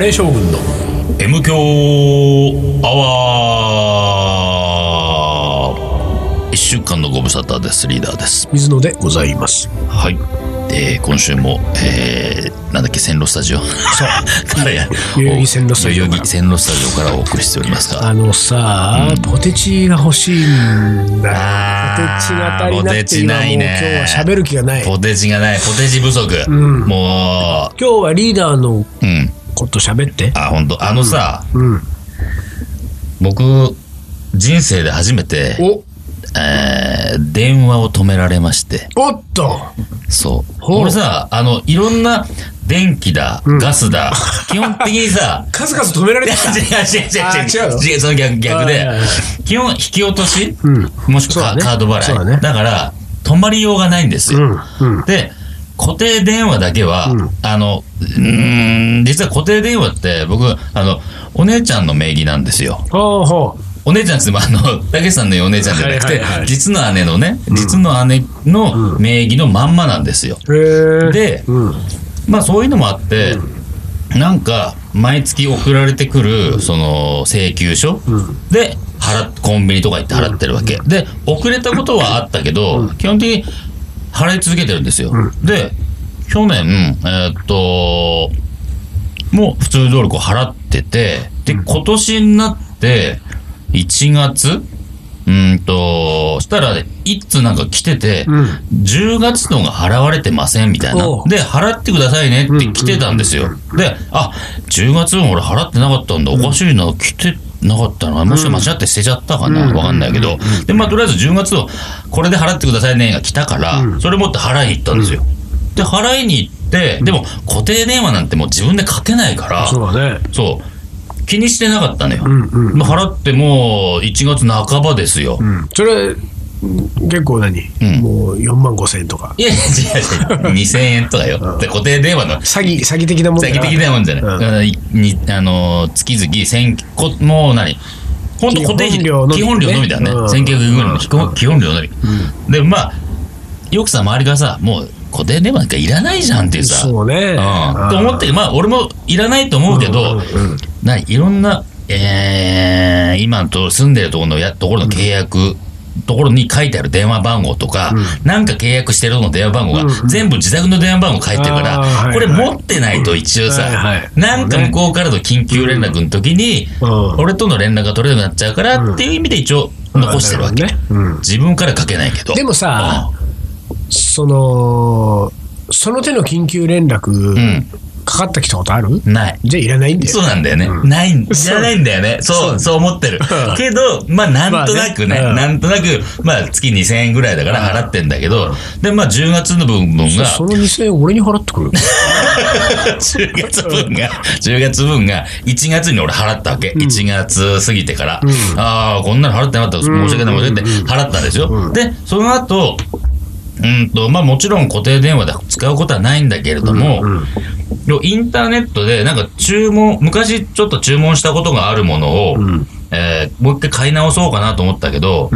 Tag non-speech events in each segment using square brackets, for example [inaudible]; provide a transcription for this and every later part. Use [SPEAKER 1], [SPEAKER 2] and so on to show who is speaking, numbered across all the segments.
[SPEAKER 1] レー将軍の
[SPEAKER 2] M 強アワー一週間のご無沙汰ですリーダーです
[SPEAKER 1] 水野でございます。
[SPEAKER 2] はい、えー、今週も、えー、なんだっけ線路スタ [laughs] ジオからや
[SPEAKER 1] 代々木線路スタジオから
[SPEAKER 2] 代々木線路スタジオからお送りしておりますが
[SPEAKER 1] あのさ、ポテチが欲しいんだよ。
[SPEAKER 2] あ
[SPEAKER 1] ポテチが
[SPEAKER 2] ー
[SPEAKER 1] 足りなくて今もう今日は喋る気がない。今
[SPEAKER 2] ポテチがないポテチ不足、
[SPEAKER 1] ん
[SPEAKER 2] も
[SPEAKER 1] 日はリーダーの
[SPEAKER 2] ううん
[SPEAKER 1] こと喋って。
[SPEAKER 2] あ本当あのさ、
[SPEAKER 1] うん。
[SPEAKER 2] 僕人生で初めて、
[SPEAKER 1] お、
[SPEAKER 2] えー、電話を止められまして
[SPEAKER 1] おっと。
[SPEAKER 2] そう。
[SPEAKER 1] ほう
[SPEAKER 2] 俺さ、あの、いろんな電気だ、
[SPEAKER 1] ん、
[SPEAKER 2] ガスだ、基本的にさ
[SPEAKER 1] [laughs] 数々止められ
[SPEAKER 2] 違
[SPEAKER 1] て
[SPEAKER 2] う
[SPEAKER 1] き
[SPEAKER 2] [laughs]
[SPEAKER 1] た。
[SPEAKER 2] 違う違う
[SPEAKER 1] あ
[SPEAKER 2] 違
[SPEAKER 1] ー
[SPEAKER 2] う。違う、その逆逆
[SPEAKER 1] はい
[SPEAKER 2] で
[SPEAKER 1] はいはい、
[SPEAKER 2] 基本引き落とし、
[SPEAKER 1] うん
[SPEAKER 2] もしく
[SPEAKER 1] そ
[SPEAKER 2] は
[SPEAKER 1] うだね
[SPEAKER 2] カード
[SPEAKER 1] そ
[SPEAKER 2] 払
[SPEAKER 1] うだ
[SPEAKER 2] い。
[SPEAKER 1] ね
[SPEAKER 2] だから、止まりようがないんです
[SPEAKER 1] う
[SPEAKER 2] よ。
[SPEAKER 1] ん。うん。
[SPEAKER 2] で、固定電話だけは、
[SPEAKER 1] うん
[SPEAKER 2] あの、うーん、実は固定電話って僕、あの、お姉ちゃんの名義なんですよ。
[SPEAKER 1] ほうほ
[SPEAKER 2] お姉ちゃんっつってもあの、たけしさんのお姉ちゃんじゃなく
[SPEAKER 1] はい
[SPEAKER 2] て
[SPEAKER 1] はいはい、
[SPEAKER 2] 実の姉のね、実の姉の名義のまんまなんですよ。
[SPEAKER 1] う。へえ。
[SPEAKER 2] で
[SPEAKER 1] うん。
[SPEAKER 2] まあそういうのもあって、なんか毎月送られてくるその請求書で払っコンビニとか行って払ってるわけ、で遅れたことはあったけど、基本的に払い続けてるんですよ、で去年えーっともう普通通りこう払っててで今年になって1月うーんとしたら一通なんか来てて、
[SPEAKER 1] うん
[SPEAKER 2] 10月のが払われてませんみたいな
[SPEAKER 1] おう
[SPEAKER 2] で、払ってくださいねって来てたんですよ。で、あ、10月分俺払ってなかったんだ。おかしいな。来てなかったな。もしか間違って捨てちゃったかな。わかんないけど。で、まあ、とりあえず10月をこれで払ってくださいねが来たから、それ持って払いに行ったんですよ。で、払いに行って、でも固定電話なんてもう自分でかけないから、
[SPEAKER 1] そうだね。
[SPEAKER 2] そう。気にしてなかったのよ。
[SPEAKER 1] うんうん。
[SPEAKER 2] まあ払ってもう1月半ばですよ。
[SPEAKER 1] うん。それ、うん結構何、
[SPEAKER 2] ん
[SPEAKER 1] もう4万5千円とか。
[SPEAKER 2] いやいや違う違う。2000円とかよ。で固定電話の
[SPEAKER 1] 詐欺、詐欺的なもんだ
[SPEAKER 2] 詐欺的なもんじゃない。
[SPEAKER 1] うん
[SPEAKER 2] だからいにあのー月々千こもう何本当固定費
[SPEAKER 1] 基本料のみ
[SPEAKER 2] 基本料のみだよね。
[SPEAKER 1] うん
[SPEAKER 2] 1900円ぐらいの基本基本料のみ。でまあよくさ周りがさもう固定電話なんかいらないじゃんっていうさ。
[SPEAKER 1] そうね。
[SPEAKER 2] うん、と思ってまあ俺もいらないと思うけど、
[SPEAKER 1] うんうんうん
[SPEAKER 2] ないろんな、えー今と住んでるところのやところの契約、ところに書いてある電話番号とか、なんか契約してるの電話番号が、全部自宅の電話番号書いてるから、
[SPEAKER 1] あーはい
[SPEAKER 2] これ
[SPEAKER 1] はい
[SPEAKER 2] 持ってないと一応さ、
[SPEAKER 1] はいはい
[SPEAKER 2] なんか向こうからの緊急連絡の時に、
[SPEAKER 1] うん
[SPEAKER 2] 俺との連絡が取れなくなっちゃうからっていう意味で一応残してるわけ、
[SPEAKER 1] なるほどねうん
[SPEAKER 2] 自分から書けないけど
[SPEAKER 1] でもさ、その、その手の緊急連絡、
[SPEAKER 2] ん
[SPEAKER 1] かかってきたことある
[SPEAKER 2] うんない
[SPEAKER 1] じゃあいらないんだよ。
[SPEAKER 2] そうなんだよね。ない、じゃないんだよね。そう、そう思ってる。けど、まあ、なんとなくね、
[SPEAKER 1] まあねうん
[SPEAKER 2] なんとなく、まあ、月2000円ぐらいだから払ってんだけど、で、まあ、10月の分分が、 [laughs]
[SPEAKER 1] その2000円俺に払ってくる。
[SPEAKER 2] 10月分が、10月分が、1月に俺払ったわけ。1月過ぎてから。ああ、こんなの払ってなかった。申し訳ない、申し訳ない。払ったんですよ。で、その後、うんと、まあもちろん固定電話で使うことはないんだけれども、でもインターネットでなんか注文、昔ちょっと注文したことがあるものを、えーもう一回買い直そうかなと思ったけど、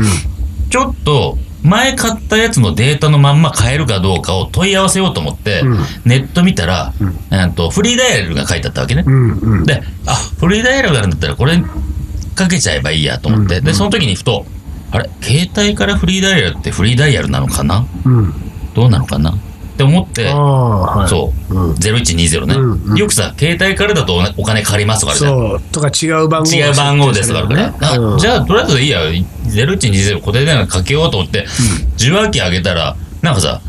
[SPEAKER 2] ちょっと、前買ったやつのデータのまんま買えるかどうかを問い合わせようと思って、ネット見たら、えーっとフリーダイヤルが書いてあったわけね。
[SPEAKER 1] うんうん。
[SPEAKER 2] で、あ、フリーダイヤルがあるんだったらこれかけちゃえばいいやと思って、で、その時にふと、あれ携帯からフリーダイヤルってフリーダイヤルなのかな
[SPEAKER 1] うん。
[SPEAKER 2] どうなのかなって思って
[SPEAKER 1] あ、あ、はい。
[SPEAKER 2] そう、
[SPEAKER 1] うん
[SPEAKER 2] 0120ね、
[SPEAKER 1] うんうん
[SPEAKER 2] よくさ、携帯からだとおお金かかりますとかあるじゃん
[SPEAKER 1] そう。とか違う番号
[SPEAKER 2] 違う番号ですからね。
[SPEAKER 1] う
[SPEAKER 2] あ
[SPEAKER 1] ん
[SPEAKER 2] じゃあ、とりあえずいいや、0120固定電話かけようと思って、受話器上げたら、なんかさ、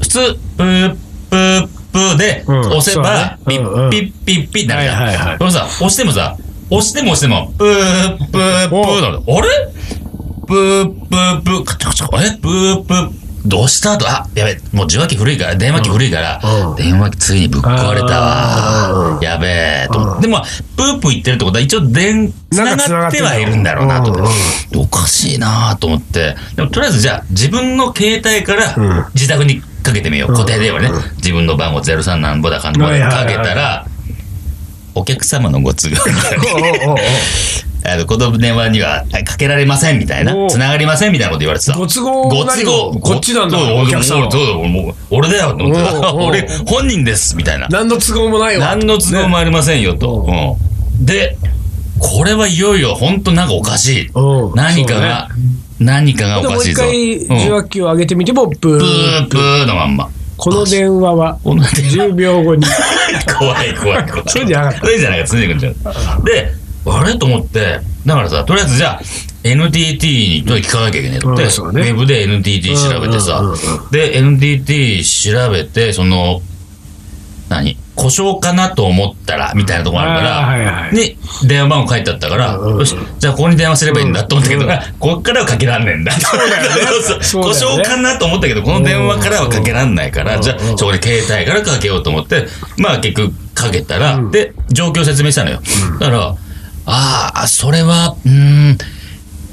[SPEAKER 2] 普通、プー、プー、プーで
[SPEAKER 1] うん
[SPEAKER 2] 押せ
[SPEAKER 1] そ
[SPEAKER 2] ば、
[SPEAKER 1] うだね
[SPEAKER 2] ピ
[SPEAKER 1] うんう
[SPEAKER 2] ッ
[SPEAKER 1] ん
[SPEAKER 2] ピッピッピッってなるじ
[SPEAKER 1] はいはい
[SPEAKER 2] ゃ
[SPEAKER 1] はい
[SPEAKER 2] ん。これさ、押してもさ、押しても押しても、プー、プー、プーなの。あれプー、プー、プー、カチャカチャ、えプー、プー、どうしたと、あ、やべ、もう受話器古いから、電話機古いから
[SPEAKER 1] うん、
[SPEAKER 2] 電話機ついにぶっ壊れた
[SPEAKER 1] あ
[SPEAKER 2] わ。やべえと思って。でも、プープー言ってるってことは、一応電、
[SPEAKER 1] なん
[SPEAKER 2] 繋
[SPEAKER 1] か
[SPEAKER 2] がってはいるんだろうなと思って。おかしいなと思って。でも、とりあえずじゃあ、自分の携帯から自宅にかけてみよう。固定電話ね。自分の番号03何ぼだかんぼだかけた
[SPEAKER 1] はいはいはい [laughs]
[SPEAKER 2] ら、お客様のご都合に
[SPEAKER 1] おうおうおう
[SPEAKER 2] あの、この電話にははいかけられませんみたいな
[SPEAKER 1] お、ー
[SPEAKER 2] 繋がりませんみたいなこと言われてた。
[SPEAKER 1] ご都合
[SPEAKER 2] ご
[SPEAKER 1] な
[SPEAKER 2] 都
[SPEAKER 1] り
[SPEAKER 2] 合
[SPEAKER 1] もこっちなんだ
[SPEAKER 2] そう
[SPEAKER 1] お客さんは
[SPEAKER 2] 俺そうそうもう俺だよと思ってた。
[SPEAKER 1] おーおー
[SPEAKER 2] [laughs] 俺、本人ですみたいな。
[SPEAKER 1] 何の都合もないわ。
[SPEAKER 2] 何の都合もありませんよと。うんで、これはいよいよ本当なんかおかしい。
[SPEAKER 1] うん
[SPEAKER 2] 何かが、何かがお
[SPEAKER 1] でも
[SPEAKER 2] か
[SPEAKER 1] う
[SPEAKER 2] しい
[SPEAKER 1] 一
[SPEAKER 2] ぞ。
[SPEAKER 1] 回受
[SPEAKER 2] うん
[SPEAKER 1] 話器を上げてみても、ブ
[SPEAKER 2] プ
[SPEAKER 1] ー
[SPEAKER 2] ープーのまんま。 [laughs]
[SPEAKER 1] この電話は
[SPEAKER 2] この電話
[SPEAKER 1] 10秒後に。
[SPEAKER 2] 怖い怖い怖い。。
[SPEAKER 1] そうじゃなかった
[SPEAKER 2] そうじゃなかった。そうじゃなかった。で、あれと思って、だからさ、とりあえずじゃあ、NTT にと聞かなきゃいけないと思って、
[SPEAKER 1] う
[SPEAKER 2] ウ
[SPEAKER 1] んそうね
[SPEAKER 2] ェブで NTT 調べてさ
[SPEAKER 1] うんうんうん、
[SPEAKER 2] で、NTT 調べて、その、何故障かなと思ったら、みたいなとこあるから、
[SPEAKER 1] あーはいはい
[SPEAKER 2] に、電話番号書いてあったから、
[SPEAKER 1] うんうん
[SPEAKER 2] よし、じゃあここに電話すればいいんだと思ったけど、こっからはかけらんねえんだ。 [laughs]
[SPEAKER 1] そうだよね
[SPEAKER 2] 故障かなと思ったけど、この電話からはかけらんないから、
[SPEAKER 1] うん
[SPEAKER 2] じゃあ、そこで携帯からかけようと思って、まあ結局かけたら、で、状況説明したのよ。だから、ああ、それは、うーん、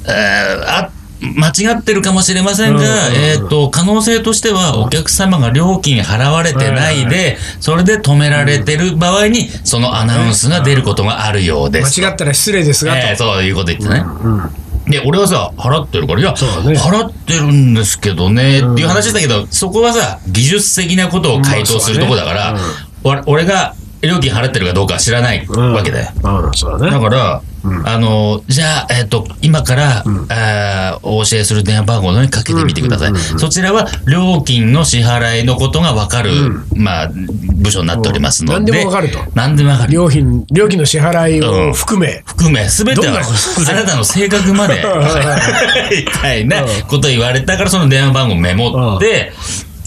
[SPEAKER 2] えーあ間違ってるかもしれませんが、
[SPEAKER 1] うん
[SPEAKER 2] えっ、と、可能性としては、お客様が料金払われてないで、それで止められてる場合に、そのアナウンスが出ることがあるようです。
[SPEAKER 1] 間違ったら失礼ですが、
[SPEAKER 2] えーそういうこと言ってね。
[SPEAKER 1] と。うん。
[SPEAKER 2] で、俺はさ、払ってるから、いや、
[SPEAKER 1] そうだね
[SPEAKER 2] 払ってるんですけどね、っていう話だけど、そこはさ、技術的なことを回答するとこだから、
[SPEAKER 1] まあ
[SPEAKER 2] わ俺が料金払ってるかどうかは知らない
[SPEAKER 1] うん
[SPEAKER 2] わけだよ。
[SPEAKER 1] うん、そうだ
[SPEAKER 2] だ
[SPEAKER 1] ね。
[SPEAKER 2] から、あの、じゃあ、えっ、と、今から、あーお教えする電話番号のにかけてみてください。そちらは、料金の支払いのことがわかる、まあ、部署になっておりますの
[SPEAKER 1] うん何
[SPEAKER 2] で。
[SPEAKER 1] でもわかると
[SPEAKER 2] 何でもわかる。
[SPEAKER 1] 料金、料金の支払いを含め。
[SPEAKER 2] 含め、すべて
[SPEAKER 1] どん
[SPEAKER 2] は
[SPEAKER 1] なこと
[SPEAKER 2] [laughs] あなたの性格まで、 [laughs] みたいなこと言われたから、その電話番号メモって、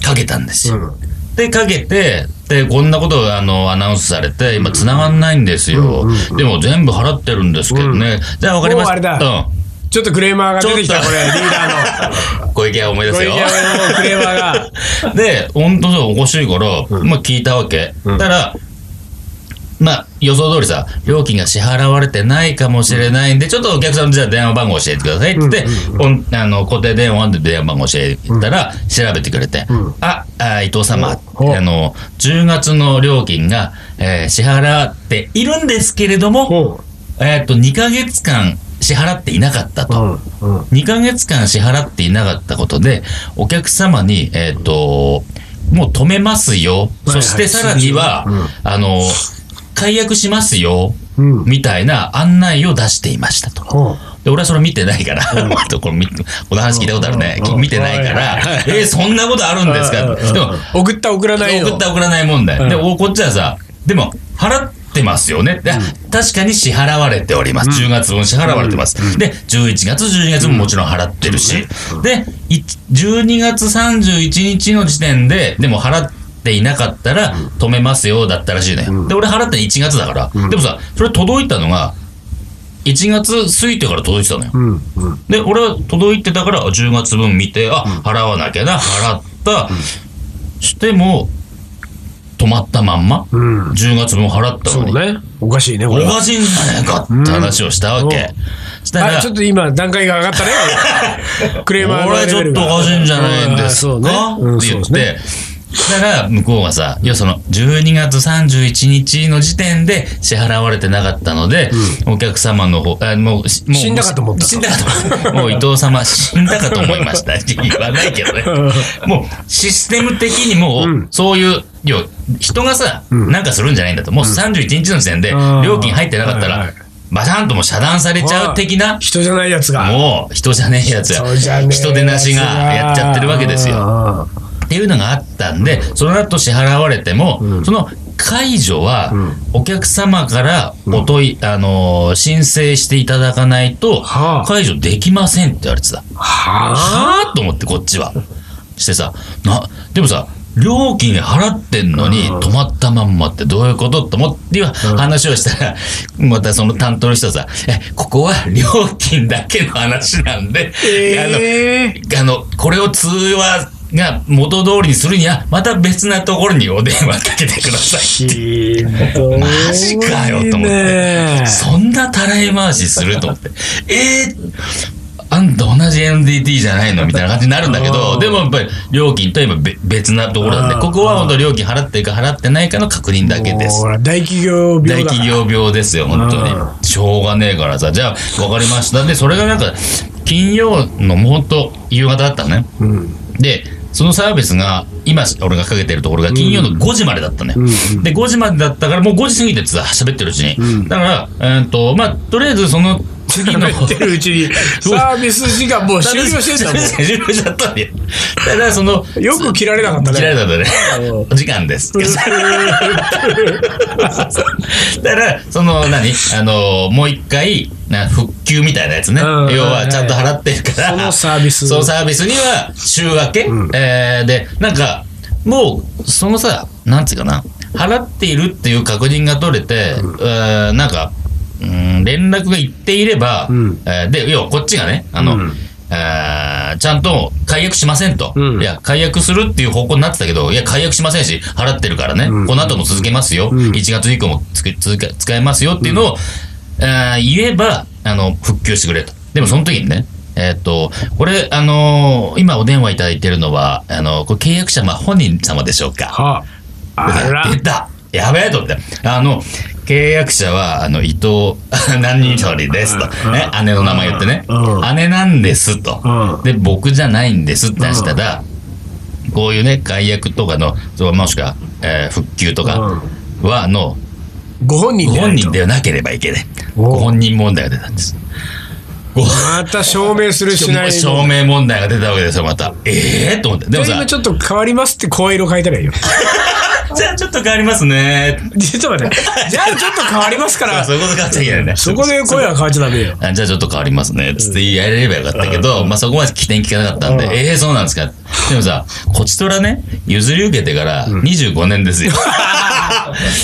[SPEAKER 2] かけたんですよ。
[SPEAKER 1] うん
[SPEAKER 2] で、かけて、で、こんなことをあの、アナウンスされて、今、繋がんないんですよ。でも、全部払ってるんですけどね。じゃあ、わかりまし
[SPEAKER 1] もう
[SPEAKER 2] た。
[SPEAKER 1] あれだ
[SPEAKER 2] うん
[SPEAKER 1] ちょっとクレーマーが出てきた、
[SPEAKER 2] ちょ
[SPEAKER 1] こ
[SPEAKER 2] っと
[SPEAKER 1] れ、リーダ
[SPEAKER 2] [laughs]
[SPEAKER 1] ーの。
[SPEAKER 2] ご意見を思い出
[SPEAKER 1] こ
[SPEAKER 2] す
[SPEAKER 1] れ、
[SPEAKER 2] よ
[SPEAKER 1] リ。ーダーのクレーマーが。
[SPEAKER 2] で、本当そう、おかしいから、まあ聞いたわけ。たら、まあ予想通りさ、料金が支払われてないかもしれないんで、ちょっとお客さんじゃあ電話番号教えてくださいって言って、おんあの固定電話で電話番号教えたら、調べてくれて、あ、あ伊藤様、あ
[SPEAKER 1] ほう
[SPEAKER 2] の、10月の料金が、えー支払っているんですけれども、
[SPEAKER 1] ほ
[SPEAKER 2] えっと、2ヶ月間支払っていなかった
[SPEAKER 1] う
[SPEAKER 2] と。
[SPEAKER 1] ん。うん。
[SPEAKER 2] 2ヶ月間支払っていなかったことで、お客様に、えっ、と、もう止めますよ。
[SPEAKER 1] はい
[SPEAKER 2] そしてさらには、
[SPEAKER 1] うん
[SPEAKER 2] あの、解約しますよ。
[SPEAKER 1] うん
[SPEAKER 2] みたいな案内を出していましたと。
[SPEAKER 1] ほう。
[SPEAKER 2] で、俺はそれ見てない [laughs] から、またこれ見この話聞いたことあるね。
[SPEAKER 1] うんうん
[SPEAKER 2] 見てないから、えーそんなことあるんですかって。でも、
[SPEAKER 1] 送った、送らないの。
[SPEAKER 2] 送った送らない問題、
[SPEAKER 1] うん
[SPEAKER 2] でおこっちはさでも払ってますよね、で確かに支払われております、10月分支払われてます、で11月12月ももちろん払ってるし、でい12月31日の時点ででも払っていなかったら止めますよだったらしいのよ、で俺払ったの1月だから、でもさそれ届いたのが1月過ぎてから届いてたのよ、
[SPEAKER 1] うん。うん。
[SPEAKER 2] で、俺は届いてたから、10月分見て、あ、払わなきゃな、払った。しても、止まったまんま、
[SPEAKER 1] うん
[SPEAKER 2] 10月分払った
[SPEAKER 1] そう
[SPEAKER 2] のに。
[SPEAKER 1] ね。おかしいね、こ
[SPEAKER 2] お
[SPEAKER 1] れは。
[SPEAKER 2] かしいんじゃねえかって話をしたわけ。したら、
[SPEAKER 1] あ、ちょっと今、段階が上がった
[SPEAKER 2] [laughs]
[SPEAKER 1] ね。クレーマーの
[SPEAKER 2] 俺
[SPEAKER 1] レ
[SPEAKER 2] ち
[SPEAKER 1] ベ
[SPEAKER 2] ょっ
[SPEAKER 1] ル
[SPEAKER 2] と
[SPEAKER 1] が。
[SPEAKER 2] おかしいんじゃないんで
[SPEAKER 1] あ
[SPEAKER 2] す
[SPEAKER 1] そ
[SPEAKER 2] か、
[SPEAKER 1] うねうん
[SPEAKER 2] って
[SPEAKER 1] そう
[SPEAKER 2] 言っ
[SPEAKER 1] で
[SPEAKER 2] て、
[SPEAKER 1] すね
[SPEAKER 2] だから向こうがさ、いやその12月31日の時点で支払われてなかったので、お客様の方、あもうしもう
[SPEAKER 1] 死んだかと思ったと
[SPEAKER 2] 死んだかと思うもう伊藤様死んだかと思いました。言わないけどね。もうシステム的にもうそういう、要は人がさ、なんかするんじゃないんだと。もう31日の時点で
[SPEAKER 1] うん
[SPEAKER 2] 料金入ってなかった
[SPEAKER 1] はいは
[SPEAKER 2] ら
[SPEAKER 1] い、
[SPEAKER 2] バタンともう遮断されちゃう的な
[SPEAKER 1] 人じゃないやつが。
[SPEAKER 2] もう人じゃねえやつや
[SPEAKER 1] 人じゃねえやつが
[SPEAKER 2] 人手なしがやっちゃってるわけですよ。
[SPEAKER 1] よ。
[SPEAKER 2] っていうのがあったんで、その後支払われても、その解除は、お客様からお問い、あのー申請していただかないと
[SPEAKER 1] はあ、
[SPEAKER 2] 解除できませんって言われてた。
[SPEAKER 1] はあ。
[SPEAKER 2] はぁと思ってこっちは。してさ、な、でもさ、料金払ってんのに止まったまんまってどういうことと思って今話をしたら、またその担当の人さ、え、ここは料金だけの話なんで、
[SPEAKER 1] ええ。
[SPEAKER 2] あの、これを通話が元通りにするには、また別なところにお電話かけてください。
[SPEAKER 1] ひどいね
[SPEAKER 2] マジかよと思って。そんなたらい回しすると思って。えー、あなんだ同じ NDT じゃないのみたいな感じになるんだけ
[SPEAKER 1] あ
[SPEAKER 2] ど、
[SPEAKER 1] ー
[SPEAKER 2] でもやっぱり料金と今べ別なところなん
[SPEAKER 1] あー
[SPEAKER 2] で、ここは本当料金払ってるか払ってないかの確認だけで
[SPEAKER 1] もう
[SPEAKER 2] す
[SPEAKER 1] ほ。ら大企業病だ
[SPEAKER 2] 大企業病ですよ、本当
[SPEAKER 1] う
[SPEAKER 2] に。しょうがねえからさ、じゃあ、わかりました。で、それがなんか、金曜のもうほんと夕方だったのね。
[SPEAKER 1] うん
[SPEAKER 2] で、そのサービスが、今、俺がかけてるところが金曜の5時までだったのよ。
[SPEAKER 1] うん
[SPEAKER 2] で、5時までだったから、もう5時過ぎてさ、喋ってるうちに。だから、えーっと、まあ、とりあえずその
[SPEAKER 1] [laughs]
[SPEAKER 2] 次の、 [laughs]
[SPEAKER 1] やってるうちにサービス時間もう終了してんだもん
[SPEAKER 2] 終了しちゃったんだよ。だから、その、
[SPEAKER 1] よく切られなかったね
[SPEAKER 2] 切られたんだね
[SPEAKER 1] うん。
[SPEAKER 2] お時間です。だから、その、何あの、もう一回、な復旧みたいなやつね。要
[SPEAKER 1] うん
[SPEAKER 2] は、ちゃんと払ってるから。
[SPEAKER 1] そのサービス
[SPEAKER 2] そのサービスには、週明け、えーで、なんか、もう、そのさ、なんつうかな、払っているっていう確認が取れて、えーなんか、うん、連絡が行っていれば、
[SPEAKER 1] うん
[SPEAKER 2] えーで、要はこっちがね、あの、
[SPEAKER 1] うん
[SPEAKER 2] えーちゃんと解約しませんと、
[SPEAKER 1] うん
[SPEAKER 2] いや、解約するっていう方向になってたけど、いや、解約しませんし、払ってるからね、
[SPEAKER 1] うん
[SPEAKER 2] この後も続けますよ、
[SPEAKER 1] うん
[SPEAKER 2] 1月以降もつけ続け使えますよっていうのを、えー言えばあの、復旧してくれと。でもその時にね、えーっと、これ、あのー今お電話いただいてるのは、あのこれ契約者は本人様でしょうか。
[SPEAKER 1] はああら
[SPEAKER 2] 出たやべえと思って。あの、契約者は、あの、伊藤 [laughs] 何人りですと。ね、姉の名前言ってね
[SPEAKER 1] う。
[SPEAKER 2] 姉なんですと。
[SPEAKER 1] うん
[SPEAKER 2] で僕じゃないんですって話したら、こういうね解約とかのそうもしくは、えー復旧とかはの、
[SPEAKER 1] ご本人
[SPEAKER 2] ご
[SPEAKER 1] でな
[SPEAKER 2] 本
[SPEAKER 1] いと
[SPEAKER 2] 人ではなければいけない
[SPEAKER 1] おう
[SPEAKER 2] ご本人問題が出たんですご
[SPEAKER 1] また証明するしない
[SPEAKER 2] 証明問題が出たわけですよまたええと思ってでもさ
[SPEAKER 1] 今ちょっと変わりますって声色変えたら
[SPEAKER 2] [laughs]
[SPEAKER 1] いいよ
[SPEAKER 2] じゃあちょっと変わりますね
[SPEAKER 1] ちょっと待ってじゃあちょっと変わりますから
[SPEAKER 2] そうそういうこと変わっちゃいけないね
[SPEAKER 1] そこで声は変わっちゃダメよ
[SPEAKER 2] あじゃあちょっと変わりますね。つってやれればよかったけど、まあそこまで起点聞かなかったんで、ええそうなんですか。でもさ、こちとらね、譲り受けてから25年で
[SPEAKER 1] [laughs]
[SPEAKER 2] すよ。